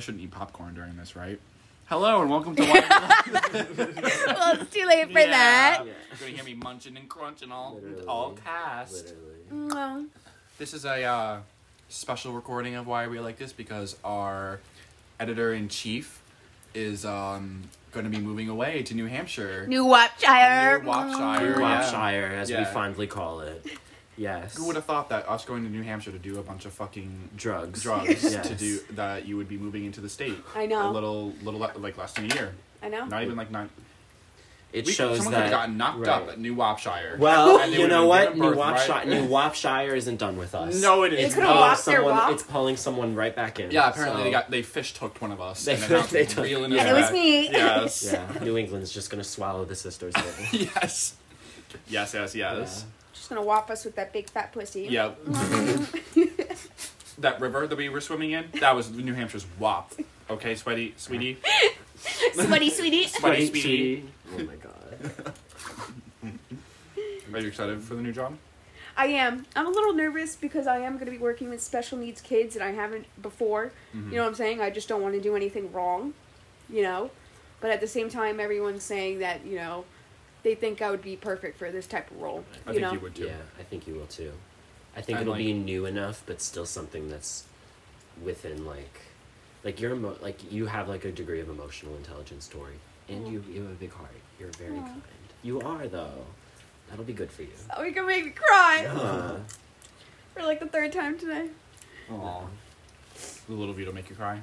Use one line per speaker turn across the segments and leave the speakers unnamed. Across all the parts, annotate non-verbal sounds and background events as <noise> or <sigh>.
shouldn't eat popcorn during this, right? Hello and welcome to Why
well, it's too late for
Yeah.
that.
You're gonna hear me munching and crunching all
Literally.
all cast.
Literally.
Well,
This is a uh, special recording of why we like this because our editor in chief is um, going to be moving away to New Hampshire.
New Wapshire.
New Wapshire. Yeah.
Shire, as we
Yeah.
fondly call it. Yes.
Who would have thought that us going to New Hampshire to do a bunch of fucking
<laughs> Drugs.
drugs
Yes.
to do that you would be moving into the state?
I know.
A little, little le- like less than a year.
I know.
Not even like nine.
It
we-
shows
someone
that
could have gotten knocked up
right.
at New Wapshire.
Well,
<laughs> And they
you
would've
know
been
what?
given
New
birth,
Wapshire,
right?
New Wapshire isn't done with us.
no, it
They
is.
could
not.
have
Pulling
lost their
someone,
wop.
it's pulling someone right back in.
Yeah, apparently
so-
they got they fish hooked one of us.
They-
and then
they
they
took-
reeling
yeah.
us
And it was
back.
me.
<laughs>
Yes.
Yeah, New England's just gonna swallow the sisters. whole.
<laughs> yes. Yes, yes, yes.
Just gonna whop us with that big fat pussy. <laughs>
Yeah. that river that we were swimming in, that was New Hampshire's WAP. Okay, sweaty,
<laughs>
sweetie.
Sweaty,
<laughs>
sweetie.
Sweaty,
Sweet
sweetie.
tea. Oh my god.
Are you excited for the new job?
I am. I'm a little nervous because I am gonna be working with special needs kids and I haven't before.
Mm-hmm.
You know what I'm saying? I just don't want to do anything wrong. You know, but at the same time, everyone's saying that you know they think I would be perfect for this type of role.
I
you
think
know,
you would too.
Yeah, I think you will too. I think
I'm
it'll be
like-
new enough, but still something that's within like, like your emo- like you have like a degree of emotional intelligence, Tori, and you you have a big heart. You're very
Aw.
kind. You are though. That'll be good for you. <laughs>
Oh, you're gonna make me cry
Uh,
for like the third time today.
Aw. The little Vito make you cry.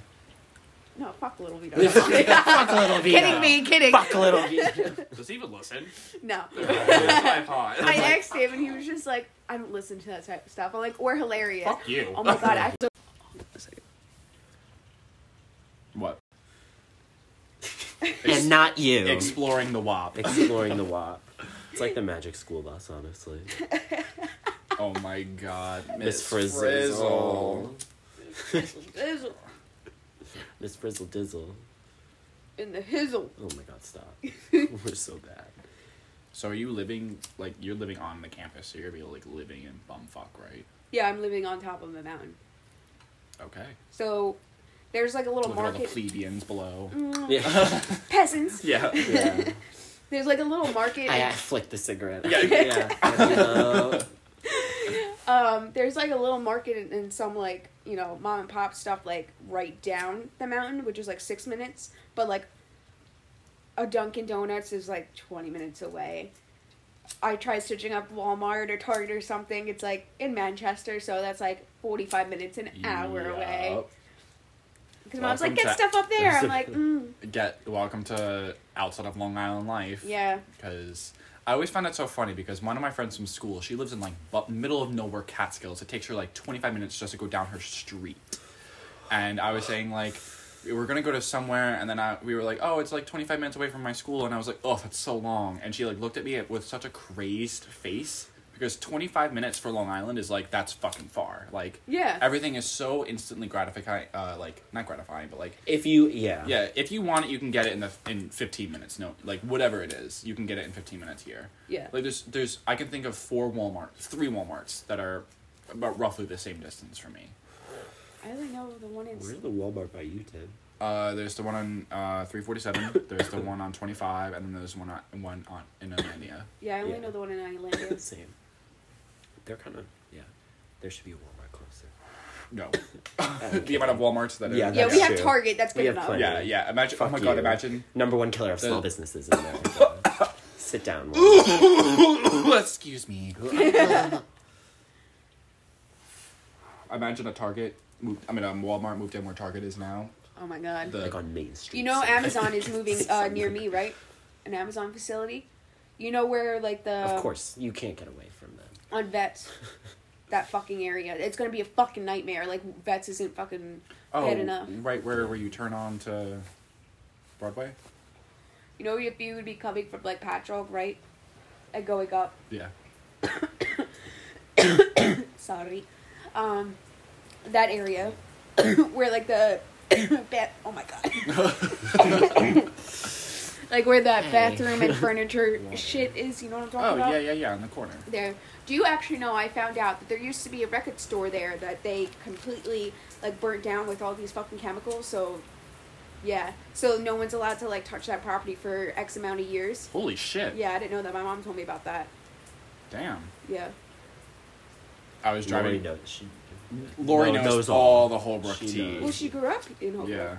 No, fuck little Vito.
<laughs> fuck
<laughs>
little Vito.
Kidding me, kidding.
Fuck little Vito.
Does he even listen?
no.
That's what <laughs> I thought.
I asked him and he was just like, I don't listen to that type of stuff. I'm like, we're hilarious.
Fuck you.
Oh my god,
<laughs>
I
What?
<laughs> and not you.
Exploring the WAP.
Exploring the WAP. It's like <laughs> the Magic School Bus, honestly.
Oh my god.
Miss
Miss
Frizzle.
Frizzle.
hizzle
Miss Frizzle Dizzle.
in the hizzle.
Oh my god, <laughs> stop. We're so bad.
So are you living like you're living on the campus, so you're gonna be like living in bumfuck, right?
Yeah, I'm living on top of the mountain.
Okay.
So there's like a little
Look at all the
market. Mm,
plebeians below.
Yeah.
<laughs>
peasants.
Yeah.
yeah.
There's like a little market.
I, I flicked the cigarette. Uh,
Yeah.
<laughs> You know,
um, there's like a little market and, and some like you know mom and pop stuff like right down the mountain, which is like six minutes. But like a Dunkin' Donuts is like twenty minutes away. I tried switching up Walmart or Target or something. It's like in Manchester, so that's like forty five minutes an <laughs> hour away. Because mom's like,
Welcome
get
to-
stuff up there. I'm
<laughs>
like, mm,
Yep. Get welcome to outside of Long Island life.
yeah.
Because I always find that so funny because one of my friends from school, she lives in like bu- middle of nowhere Catskills. It takes her like 25 minutes just to go down her street. And I was saying like, we we're gonna go to somewhere, and then I, we were like, oh, it's like 25 minutes away from my school. And I was like, oh, that's so long. And she like looked at me with such a crazed face because 25 minutes for Long Island is like, that's fucking far. Like,
Yeah.
Everything is so instantly gratifying, uh, like, not gratifying, but like,
if you, yeah.
yeah, if you want it, you can get it in the in fifteen minutes. No, like whatever it is, you can get it in fifteen minutes here.
Yeah.
Like there's there's I can think of four Walmart, three WalMarts that are about roughly the same distance for me.
I only know the one in.
Where's the Walmart by you, Tim?
Uh, there's the one on uh, three forty
<laughs>
seven. there's the one on twenty five, and then there's one on one on in Armenia.
Yeah, I only
Yeah.
know the one in
<laughs>
Islandia.
Same. They're kind of, yeah. There should be a Walmart closer.
<laughs>
<laughs>
No, the amount of WalMarts that are
Yeah,
yeah,
that's
we have
true.
Target. That's
We
big
have
enough.
plenty.
yeah, yeah. Imagine, oh my
Fuck
god,
you.
imagine. <coughs>
Number one killer of
The-
small businesses in America.
<laughs>
Sit down. Walmart.
Excuse
<laughs>
me. <laughs> imagine a Target. Moved, I mean, um, Walmart moved in where Target is now.
Oh my god.
The
like on Main Street.
you know,
somewhere.
Amazon is moving uh, near me, right? An Amazon facility. You know where like the
<laughs> Of course, you can't get away from them.
on Vets, that fucking area. It's gonna be a fucking nightmare. Like Vets isn't fucking
Oh,
bad enough.
right where where you turn on to Broadway.
You know if you would be coming from like Patrol, right? And going up.
Yeah.
Sorry. Um, that
<laughs>
area <coughs> where like the bat. Oh my god. <coughs> like where that
Hey.
bathroom and
<laughs>
furniture shit is. You know what I'm talking
Oh
about?
yeah, yeah, yeah, in the corner.
There. Do you actually know? I found out that there used to be a record store there that they completely like burnt down with all these fucking chemicals. So, yeah. So no one's allowed to like touch that property for X amount of years.
Holy shit!
Yeah, I didn't know that. My mom told me about that.
Damn.
Yeah.
I was
Lori
driving.
knows. She,
Lori
No,
knows,
knows
all
all.
the Holbrook
She
tea.
knows.
Well, she grew up in Hope.
Yeah.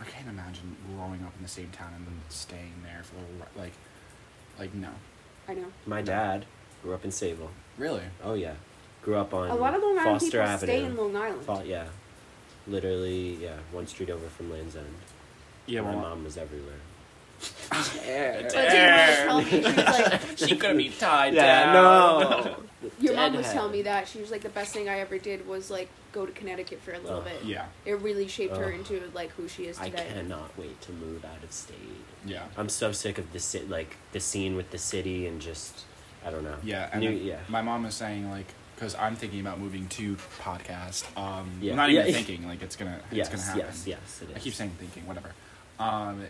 I can't imagine growing up in the same town and then staying there for the re- like, like no,
I know.
my dad grew up in Sable.
really.
Oh yeah, grew up on
A lot of Long Island
Foster
people
Avenue.
stay in Long Island.
Fo- yeah, literally yeah, one street over from Land's End.
Yeah,
my
well,
mom was everywhere.
But
Yeah.
your mom
Damn.
was telling me, she was
<laughs>
like,
<laughs>
she could be tied <laughs>
no.
your mom was telling me that she was like the best thing I ever did was like go to Connecticut for a little
Oh.
bit.
Yeah,
It really shaped her
Ugh.
into like who she is
I
today.
cannot wait to move out of state.
yeah,
I'm so sick of the ci- like the scene with the city and just I don't know.
yeah. And
New-
then
yeah.
my mom is saying like, because I'm thinking about moving to podcast. Um,
Yeah.
not even
Yeah. <laughs>
thinking. Like it's gonna, it's
yes,
gonna happen.
yes, yes. It is.
I keep saying thinking, whatever. Um,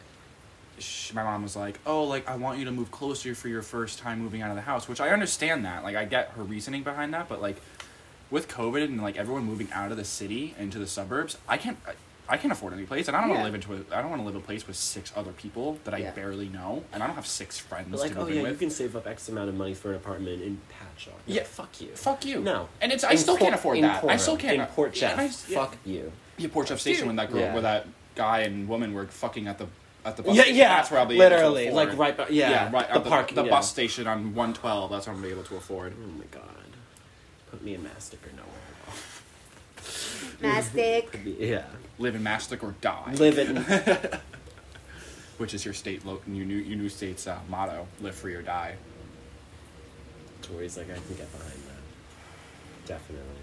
sh my mom was like, "Oh, like I want you to move closer for your first time moving out of the house," which I understand that. Like I get her reasoning behind that, but like with COVID and like everyone moving out of the city into the suburbs, I can't. I, I can't afford any place, and I don't
Yeah.
want to live into a. I don't want to live in a place with six other people that I
Yeah.
barely know, and I don't have six friends
But like,
to
oh
move in
yeah, you
with.
can save up X amount of money for an apartment in Patchogue. Like,
Yeah.
fuck you.
Fuck you.
No.
and it's. I
In
still
Cor-
can't afford
in
that. I
Coram,
still can't.
In Port
yeah, and I-
Jeff. Fuck you.
Yeah, Port Jeff Station
Dude.
when that girl,
Yeah.
where that guy and woman were fucking at the at the bus.
Yeah,
station.
yeah,
That's where I'll be
literally,
able to afford.
like, right by- yeah,
right.
the
at The,
parking,
the
yeah.
bus station on one twelve. That's what I'm gonna be able to afford.
Oh my god. Put me in mastic or nowhere.
Mastic.
<laughs> Put me- Yeah.
Live in Mastic or die,
Live in.
which is your state, lo- your new your new state's uh, motto: live free or die.
Tori's like, I can get behind that. Definitely.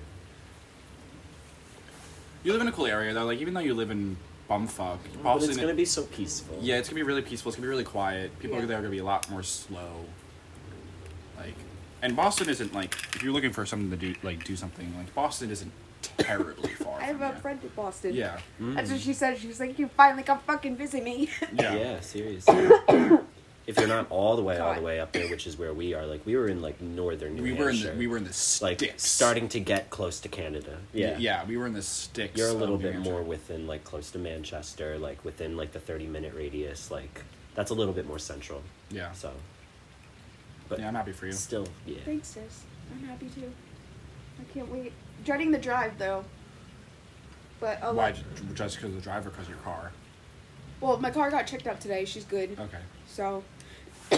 You live in a cool area though. Like even though you live in bumfuck, you
But
probably
it's gonna be so peaceful.
yeah, it's gonna be really peaceful. It's gonna be really quiet. People
Yeah.
are there are gonna be a lot more slow. Like, and Boston isn't like if you're looking for something to do, like do something. Like Boston isn't terribly far.
I have
from
a
you.
friend in Boston.
Yeah. Mm.
That's what she said. She was like, "You finally come fucking visit me." <laughs>
Yeah.
Yeah, seriously. <coughs> if you're not all the way, all the
God.
way up there, which is where we are, like we were in like northern New
We were in
Hampshire.
the we were in the
like
sticks.
starting to get close to Canada. Yeah,
Yeah. Yeah, we were in the sticks.
You're a
of
little
New
bit
Hampshire.
more within like close to Manchester, like within like the 30 minute radius. Like that's a little bit more central.
Yeah.
So, but
Yeah, I'm happy for you.
still, yeah.
Thanks, sis. I'm happy too. I can't wait. Dreading the drive though. But oh,
Why? j- Just because of the driver, because your car.
well, my car got checked out today. She's good.
Okay.
So. <coughs> uh,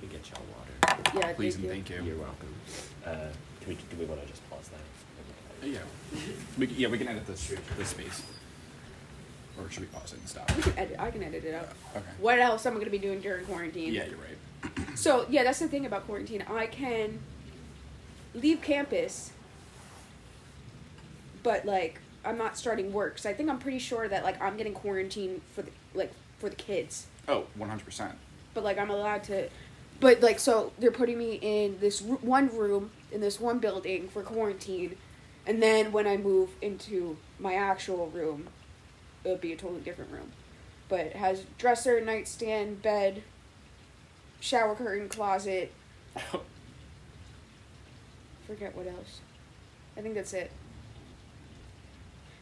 We get y'all water.
yeah.
Please
thank
and
you.
thank you.
You're welcome. Uh, can we, do we want to just pause that?
Yeah. We, c- yeah, we can edit this this space. Or should we pause it and stop?
We can edit. I can edit it out.
Okay.
What else am I gonna be doing during quarantine?
Yeah, you're right.
So yeah, that's the thing about quarantine. I can leave campus, but like I'm not starting work. So I think I'm pretty sure that like I'm getting quarantined for the like for the kids.
Oh, 100 percent. <laughs>
But like I'm allowed to, but like so they're putting me in this r- one room in this one building for quarantine, and then when I move into my actual room, it'll be a totally different room. But it has dresser, nightstand, bed, shower curtain, closet, forget what else. I think that's it.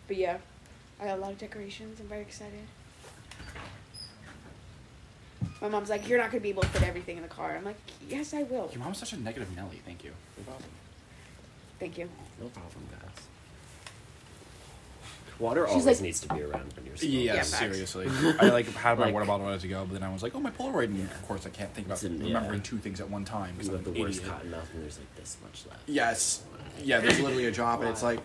But yeah, I got a lot of decorations. I'm very excited. My mom's like, "You're not gonna be able to fit everything in the car." I'm like, "Yes, I will."
Your mom's such a negative Nelly. Thank you. No problem.
Thank you.
No problem, guys. Water always
like-
needs to be around when you're small.
Yeah,
facts.
<laughs>
seriously. I like had my
Like-
water bottle ready to go, but then I was like, oh, my Polaroid. And
Yeah.
of course, I can't think about
It's in- yeah.
remembering two things at one time because
You
I'm
have the
the
worst
idiot.
cotton mouth, and there's like this much left.
Yes. Yeah, there's literally a drop, and it's like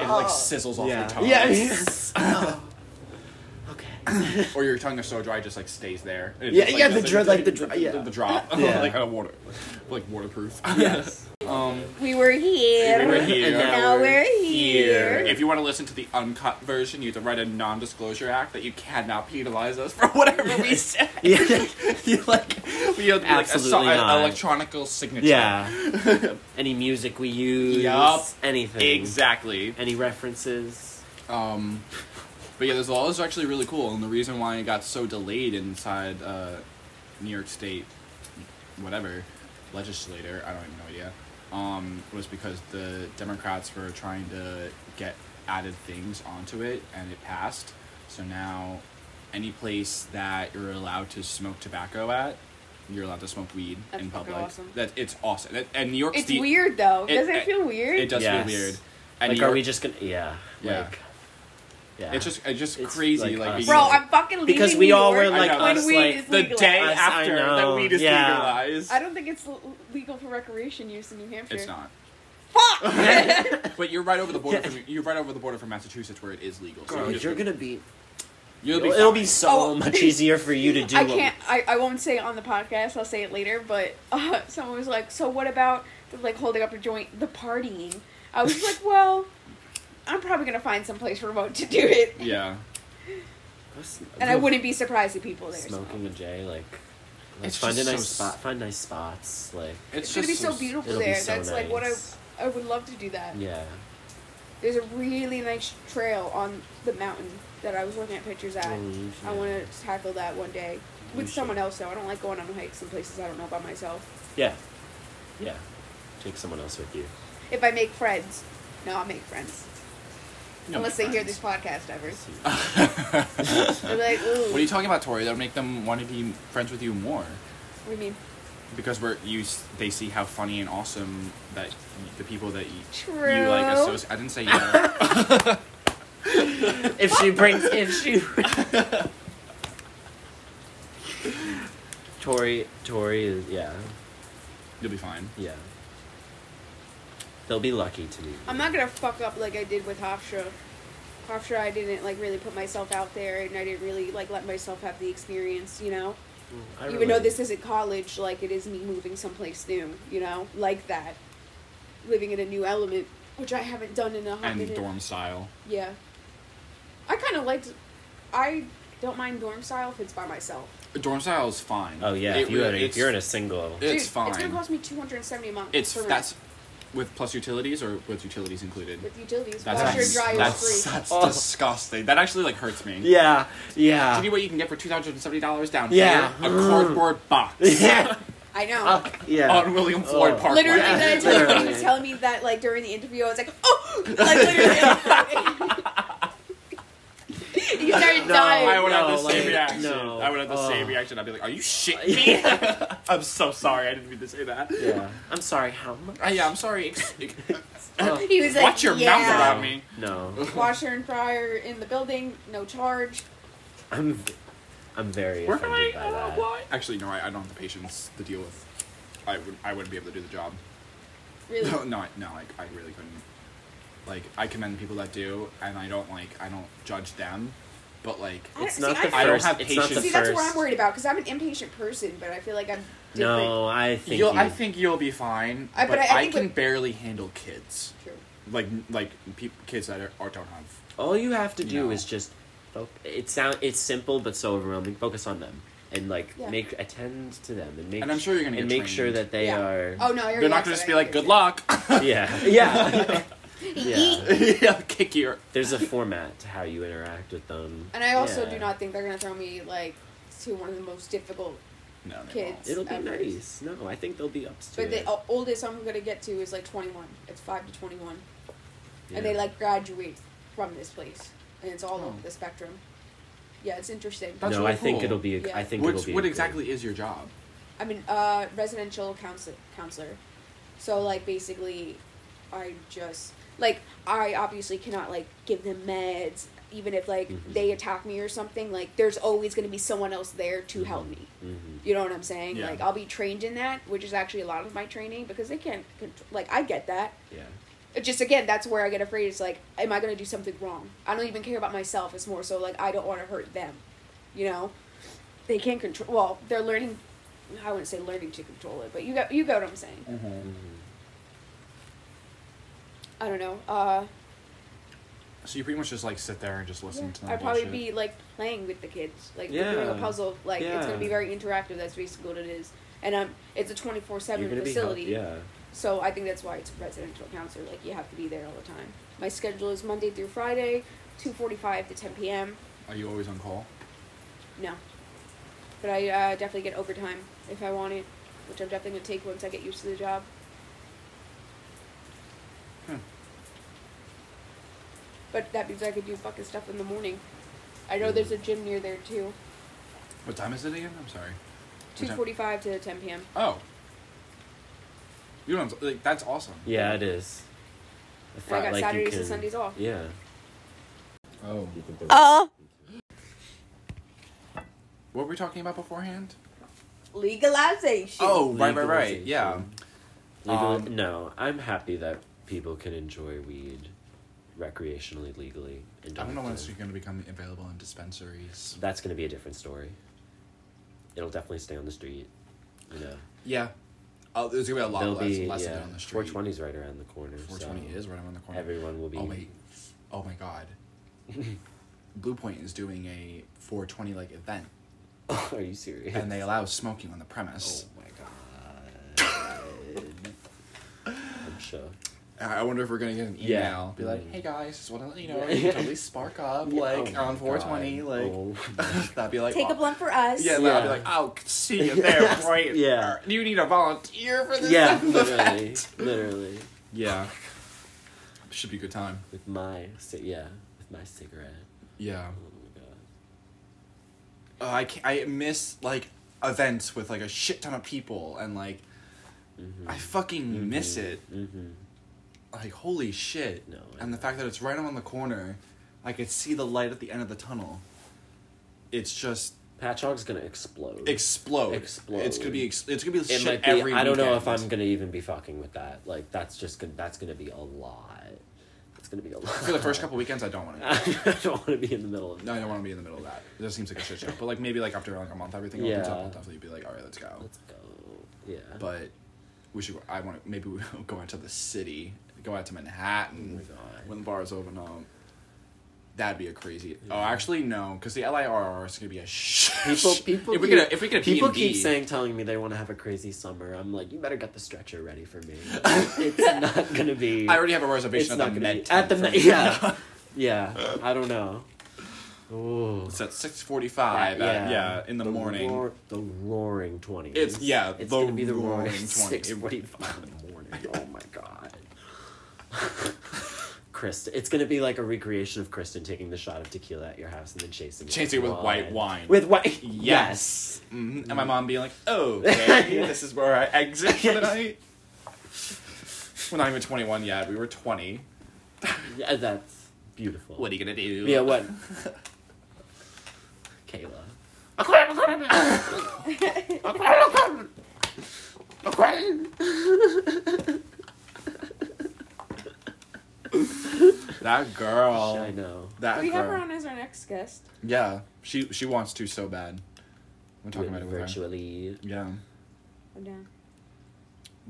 it like sizzles off your tongue.
Yes. <laughs> okay.
<laughs> Or your tongue is so dry, it just like stays there. And it
Yeah,
just,
yeah, the
doesn't-
dri- like the dri- yeah.
the, the drop, <laughs>
Yeah.
like out of water, like
<laughs>
waterproof. <laughs>
Yes.
um,
We were here.
We were here.
And now
<laughs>
we're here.
if you want to listen to the uncut version, you have to write a non-disclosure act that you cannot penalize us for <laughs> whatever
<laughs>
we said.
yeah.
you like, we have to be, like a, so-
Absolutely
an
not.
electronical signature. <laughs>
Yeah. Any music we use.
Yup.
Anything.
exactly.
Any references.
Um, But yeah, those laws are actually really cool, and the reason why it got so delayed inside uh, New York State, whatever, legislator, I don't even know idea, um, was because the Democrats were trying to get added things onto it, and it passed. So now, any place that you're allowed to smoke tobacco at, you're allowed to smoke weed
That's
in
fucking
public.
awesome.
That it's awesome, That- and New York
It's
State.
weird though.
it-
Doesn't it,
it-
feel weird?
It does
Yes.
feel weird.
like,
New
are
York-
we just gonna? Yeah.
Yeah.
Like. Yeah. <laughs>
It's just, it's just
It's
crazy.
like
Like,
us.
being-
Bro, I'm fucking leaving
Because we
New
all were
York
like
I know.
when
us
weed
like
is
the
legalized.
day
Us, I
after that
know.
weed is
Yeah.
legalized.
I don't think it's l- legal for recreation use in New Hampshire.
It's not.
Fuck.
But you're right over the <laughs> border. From, you're right over the border from Massachusetts, where it is legal. So
Girl,
just-
you're gonna be.
you'll
It'll,
be.
it'll be
fine.
so
Oh.
much easier for you to do.
I
what we-
can't. I, I won't say it on the podcast. I'll say it later. But <laughs> uh, someone was like, "So what about the, like holding up a joint, the partying?" I was just like,
<laughs>
"Well, I'm probably gonna find some place remote to do it,
Yeah,
and I wouldn't be surprised if people there." so.
Smoking a J, like. Let's
It's
find a
just so
nice
s-
spot. Find nice spots, like.
it's,
It's
just
gonna be so beautiful
It'll be
there.
so
That's like what I
nice.
I would love to do that.
Yeah.
There's a really nice trail on the mountain that I was looking at pictures at.
Mm,
I
yeah.
want to tackle that one day
We
with
should.
someone else. Though I don't like going on hikes in places I don't know by myself.
Yeah. Yeah. Take someone else with you.
If I make friends, no, I'll make friends.
You'll
Unless they
make
hear
friends.
this podcast ever.
<laughs> what
They're like, ooh.
are you talking about, Tori? That'll make them want to be friends with you more
What do you mean?
because we're you. s- They see how funny and awesome that y- the people that you you
True.
like associate. I didn't say
<laughs>
yeah.
if she brings, if she.
<laughs>
Tori, Tori is yeah,
you'll be fine.
yeah. They'll be lucky to meet.
I'm
you.
not gonna fuck up like I did with Hofstra. Hofstra, I didn't like really put myself out there, and I didn't really like let myself have the experience, you know.
I
Even
relate.
though this isn't college, like it is me moving someplace new, you know, like that, living in a new element, which I haven't done in a hot
And
minute.
dorm style.
Yeah, I kind of liked. I don't mind dorm style if it's by myself.
Dorm style is fine.
Oh yeah,
It
if, you
re-
had a, if
it's-
you're in a single.
it- It's
It's
fine.
gonna cost me two hundred and seventy a month.
It's
for rent
that's with plus utilities or with utilities included.
with utilities.
That's
Washer,
that's,
dryer,
that's,
free.
Oh.
disgusting. That actually like hurts me.
yeah,
Do you
yeah,
know what you can get for two hundred and seventy dollars down
Yeah. Mm.
here? A cardboard box
<laughs> yeah,
I know.
Ah,
yeah.
on William Floyd
Oh.
Parkway.
Literally,
Yeah,
then I told him he
literally.
was telling me that like during the interview, I was like, oh, like
<laughs>
literally. you started
No,
I
dying.
would have the
No,
same
like,
reaction.
no.
I would have the same
Oh.
reaction. I'd be like, "Are you
<laughs>
shitting me? I'm so sorry. I didn't mean to say that."
yeah. I'm sorry. How
<laughs>
much?
Uh, yeah, I'm sorry. Ex-
<laughs>
ex-
Oh,
He was like,
Watch your
yeah.
mouth about me.
No,
Washer and dryer in the building, no charge.
I'm, I'm very
Where
offended
am I?
by
I
that.
don't know why. Actually, no. I, I don't have the patience to deal with. I would. I wouldn't be able to do the job. <laughs>
Really,
No, no, I- no. I, I really couldn't. Like, I commend people that do, and I don't like. I don't judge them, but like,
I don't-
It's
see,
not
I
the
don't- I
don't
first.
have
it's not the
patience.
see
first.
that's what I'm worried about because I'm an impatient person, but I feel like I'm different.
No, I think.
you'll.
you-
I think you'll be fine.
I-
but,
but I- I
I,
think
can
with-
barely handle kids.
True.
Like, like peop kids that are, are don't have.
All you have to do
No.
is just. fo- It sound it's simple but so overwhelming. Focus on them and like
Yeah.
make attend to them and make
And I'm sure you're gonna
and
get
make sure
trained.
that they
Yeah.
are.
Oh no, I already
They're not gonna
asked that.
just be
I
like,
did
"Good
it.
luck."
<laughs>
<laughs>
Yeah, yeah, <laughs> yeah.
<laughs> yeah, kick your.
There's a format to how you interact with them.
And I also
Yeah.
do not think they're gonna throw me like to one of the most difficult
No, they
Kids.
won't.
It'll be
Efforts.
nice. No, I think they'll be up to
But oh,
it.
the o- oldest I'm gonna get to is like 21. It's five to 21,
Yeah.
and they like graduate from this place, and it's all
Oh.
over the spectrum. Yeah, it's interesting.
That's
no,
really
I think
cool.
it'll be. A,
Yeah.
I think it'll
What,
be.
what
a good-
exactly is your job?
I'm an uh, residential counsel- counselor, so like basically, I just like I obviously cannot like give them meds, even if like
Mm-hmm.
Mhm.
they attack me or something. Like there's always gonna be someone else there to help me.
Mhm.
You know what I'm saying?
Mm-hmm. Yeah.
Like I'll be trained in that, which is actually a lot of my training because they can't. Control- like I get that.
Yeah.
It just again, that's where I get afraid. It's like, am I gonna do something wrong? I don't even care about myself. It's more so like I don't want to hurt them. You know, they can't control. Well, they're learning. I wouldn't say learning to control it, but you got you got what I'm saying.
Mm-hmm.
I don't know. Uh,
So you pretty much just like sit there and just listen to them.
I'd probably
bullshit.
be like playing with the kids, like
Yeah.
doing a puzzle. Like it's
Yeah.
gonna be very interactive. That's basically what it is. And um, it's a twenty four
You're
seven
gonna be help-
facility.
Yeah.
So I think that's why it's residential counselor. Like you have to be there all the time. My schedule is Monday through Friday, two forty five to ten p.m.
Are you always on call?
No, but I uh, definitely get overtime if I want it, which I'm definitely gonna take once I get used to the job.
Hmm.
But that means I could do fucking stuff in the morning. I know there's a gym near there too.
What time is it again? I'm sorry.
Two
What time-
forty five to ten p.m.
Oh. You know, like that's awesome.
Yeah, it is. A
And I
Fri-
got
like, you
Saturdays
can-
and Sundays off.
Yeah.
Oh.
Oh.
What were we talking about beforehand?
Legalization.
Oh, right, right, right. Yeah.
Legalization. Legal-
Um,
no, I'm happy that people can enjoy weed recreationally, legally. And
I don't know when
have
it's
to-
going to become available in dispensaries.
That's going to be a different story. It'll definitely stay on the street. You know,
Yeah. Oh, there's going to be a lot
there'll
less,
be
less of
yeah.
it on the street.
420 is right around the corner.
420
so
is right around the corner.
Everyone will be.
Oh, wait. Oh, my God. Blue Point is doing a 420 like
<laughs>
event,
<laughs> Are you serious? Oh
and they allow smoking on the premise.
my god. I'm sure.
I I wonder if we're gonna get an email.
Yeah.
Be like,
Mm.
hey guys, just want to let you know,
Yeah.
you can
<laughs>
totally spark up, like
Oh
on
my
420,
God.
like <laughs>
Oh.
that'd be like,
Take a
oh.
blunt for us. <laughs>
Yeah,
Yeah.
that'd be like, I'll see
<laughs>
you there, right?
Yeah.
you need a volunteer for this.
yeah,
<laughs>
literally,
event."
literally.
Yeah, should be a good time.
With my ci- yeah, with my cigarette.
Yeah,
Oh my god.
uh, I can I miss like events with like a shit ton of people, and like
Mm-hmm.
I fucking miss it.
Mm-hmm.
Like holy shit!
No, I
and the
know.
fact that it's right around the corner, I could see the light at the end of the tunnel. It's just
Patchogue's gonna explode.
explode.
Explode.
It's gonna be. Ex- it's gonna be
it
shit
might be,
every.
I don't know if
weekend.
I'm gonna even be fucking with that. Like that's just gonna that's gonna be a lot. That's gonna be a lot.
For the first
<laughs>
couple weekends, I don't want to.
I don't want to be in the middle of.
No, I don't want to be in the middle of that. It just seems like a shit show. But like maybe like after like a month, everything opens
Yeah.
up. I'll definitely be like, all right, let's go.
Let's go. Yeah.
But we should. I want to. Maybe we <laughs> will go out to the city. Go out to Manhattan
Oh my God.
when the bars open up. That'd be a crazy. Oh, actually no, because the LIRR is gonna be a shit.
People,
show.
people.
If we
keep-
get a, if we get a
people
B&B
keep saying, telling me they want to have a crazy summer. I'm like, you better get the stretcher ready for
<laughs>
me. it's not gonna be.
I already have a
It's
reservation
not
at the
gonna
Med.
be at the
Tent
Met.
for- <laughs>
Yeah, yeah. I don't know. Ooh.
It's at six forty-five. Yeah. yeah, in the, morning.
roar- the roaring twenties.
It's- yeah,
It's
the
gonna be the roaring,
roaring 20s.
<laughs> Six forty-five in the morning. Oh my god. <laughs> Kristen, it's gonna be like a recreation of Kristen taking the shot of tequila at your house and then chasing it
Chasing it with white wine.
With white,
Yes.
yes.
hmm And my mom being like, okay, this is where I exit
<laughs>
for the night. We're not even 21 yet. We were 20.
<laughs> Yeah, that's beautiful.
What are you going to do?
Yeah, what? <laughs> Kayla.
That girl.
I know.
That
We
girl.
have her on as our next guest.
Yeah. She she wants to so bad. We're talking about it with her.
virtually.
Yeah.
I'm down.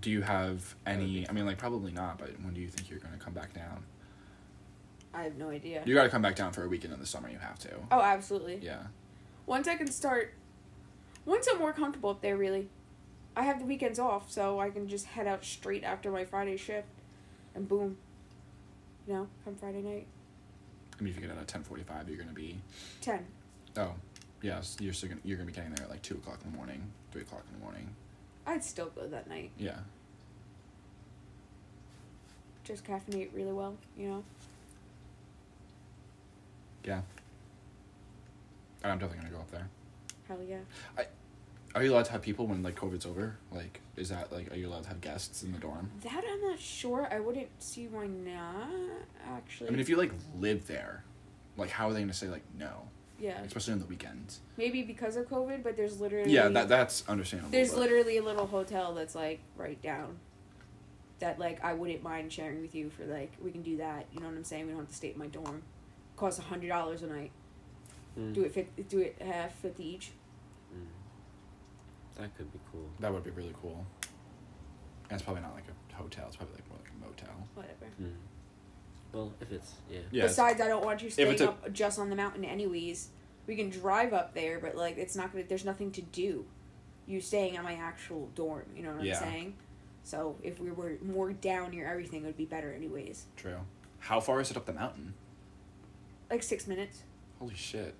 Do you have any? I mean, like, probably not, but when do you think you're going to come back down?
I have no idea.
You got to come back down for a weekend in the summer. You have to.
Oh, absolutely.
Yeah.
Once I can start, once I'm more comfortable up there, really, I have the weekends off, so I can just head out straight after my Friday shift, and boom. You know, come Friday night,
I mean, if you get out at 10.45, you're going to be...
ten.
Oh, yes. You're, still gonna, you're going to be getting there at, like, 2 o'clock in the morning, 3 o'clock in the morning.
I'd still go that night.
Yeah.
Just caffeinate really well, you know.
Yeah. I'm definitely gonna go up there.
Hell yeah.
Are you allowed to have people when like COVID's over? Like, is that like are you allowed to have guests in the dorm?
That I'm not sure. I wouldn't see why not. Actually.
I mean, if you like live there, like how are they gonna say like no?
yeah,
Especially on the weekends.
maybe because of COVID, but there's literally
Yeah, that that's understandable.
There's
but-
literally a little hotel that's like right down. That like I wouldn't mind sharing with you for like we can do that. You know what I'm saying? We don't have to stay at my dorm. Costs a hundred dollars a night.
Mm.
Do it fifty. Do it half fifty each.
Mm. That could be cool.
that would be really cool. And it's probably not like a hotel. It's probably like more like a motel.
Whatever.
Mm. Well, if it's yeah.
Yeah. it's-
Besides, I don't want you staying
it's a-
up just on the mountain, anyways. We can drive up there, but like it's not gonna. There's nothing to do. You staying at my actual dorm. You know what
Yeah.
I'm saying? So if we were more down near everything, it would be better, anyways.
True. How far is it up the mountain?
like six minutes.
Holy shit.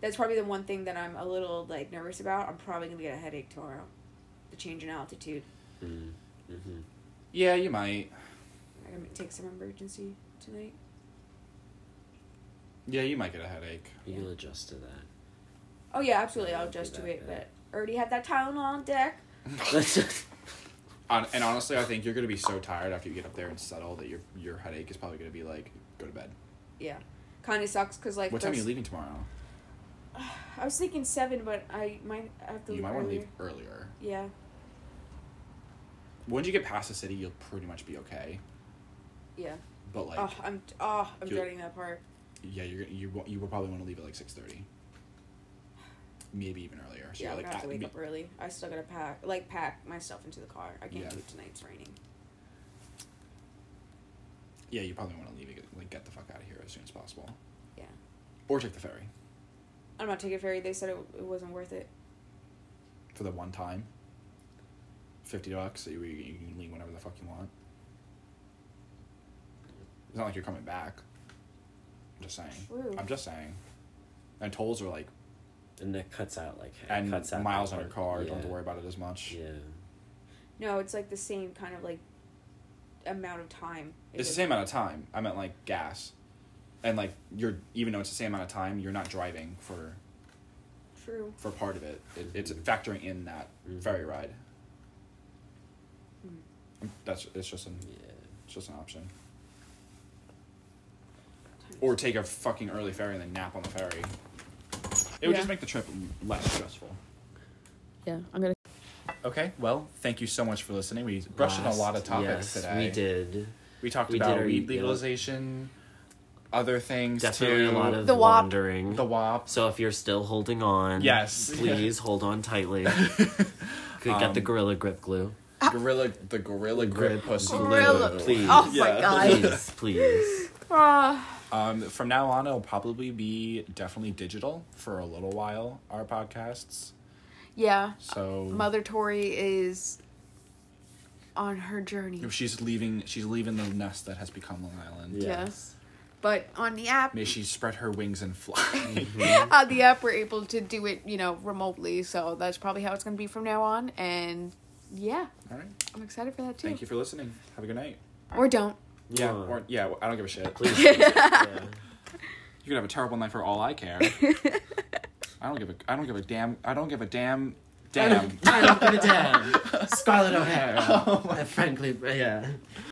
That's probably the one thing that I'm a little like nervous about. I'm probably gonna get a headache tomorrow. The change in altitude.
Mm, hmm
Yeah, you might.
I'm gonna take some emergency tonight.
Yeah, you might get a headache.
You'll adjust to that.
Oh yeah, absolutely. I'll
Won't be
adjust to
that
it.
bad.
But already have that Tylenol on deck.
On, and honestly, I think you're gonna be so tired after you get up there and settle that your your headache is probably gonna be like, go to bed.
Yeah, kind of sucks because like
What time are
those-
you leaving tomorrow?
<sighs> I was thinking seven, but I might I have to.
You
leave
might want to
earlier.
leave earlier.
Yeah,
Once you get past the city, you'll pretty much be okay.
yeah.
But like,
oh, I'm oh, I'm
you-
dreading that part.
yeah, you're gonna- you wa- you will probably want to leave at like six thirty, maybe even earlier. So you're
yeah, I'm
like,
gonna have to
ah,
wake
me-
up early. I still gotta pack, like pack my stuff into the car. I can't
Yeah.
do it tonight. It's raining.
yeah, you probably want to leave and get, like get the fuck out of here as soon as possible,
Yeah,
or take the ferry
I'm not taking a ferry. They said it, it wasn't worth it.
for the one time. Fifty bucks, so you, you can leave whenever the fuck you want. It's not like you're coming back. I'm just saying.
True.
I'm just saying. And tolls are like
<laughs> and that cuts out like it
and
cuts out
miles
that
on your
part.
car. Don't have to
Yeah.
worry about it as much.
Yeah,
No, it's like the same kind of like amount of time. It
It's the
was-
same amount of time. I meant like gas, and like you're even though it's the same amount of time, you're not driving for
True.
for part of it. it it's factoring in that
Mhm.
ferry ride.
Mm.
That's it's just an
yeah.
it's just an option.
Time
Or
is-
take a fucking early ferry and then nap on the ferry. It would
Yeah.
just make the trip less stressful.
yeah, I'm gonna.
Okay, well, thank you so much for listening. We brushed on a
Last-
lot of topics
yes,
today.
We did
We talked
We did
about
our-
weed
yeah.
legalization, other things
definitely
too.
a lot of
The WAP.
wandering.
the WAP.
so if you're still holding on,
Yes. Um,
please hold
<laughs>
on tightly. Could get the gorilla grip glue.
Gorilla, the gorilla grip pussy.
glue,
Gorilla-
Please,
Oh
Yeah.
my god.
please, please.
<laughs> Ah.
Um, from now on, it'll probably be definitely digital for a little while. Our podcasts.
yeah.
So
Mother Tori is on her journey.
she's leaving. She's leaving the nest that has become Long Island.
Yeah.
Yes. But on the app,
May she spread her wings and fly.
<laughs>
Mm-hmm.
on the app, we're able to do it, you know, remotely. So that's probably how it's going to be from now on. And yeah,
<laughs> All right.
I'm excited for that too.
Thank you for listening. Have a good night.
Or don't. <laughs>
Yeah. <laughs>
Mwah.
Or yeah. I don't give a shit. You
please. yeah.
could have a terrible night for all I
<laughs>
care. I don't give a. I don't give a damn. I don't give a damn. Damn.
I don't give a damn. Scarlett O'Hara. frankly, Uh, yeah.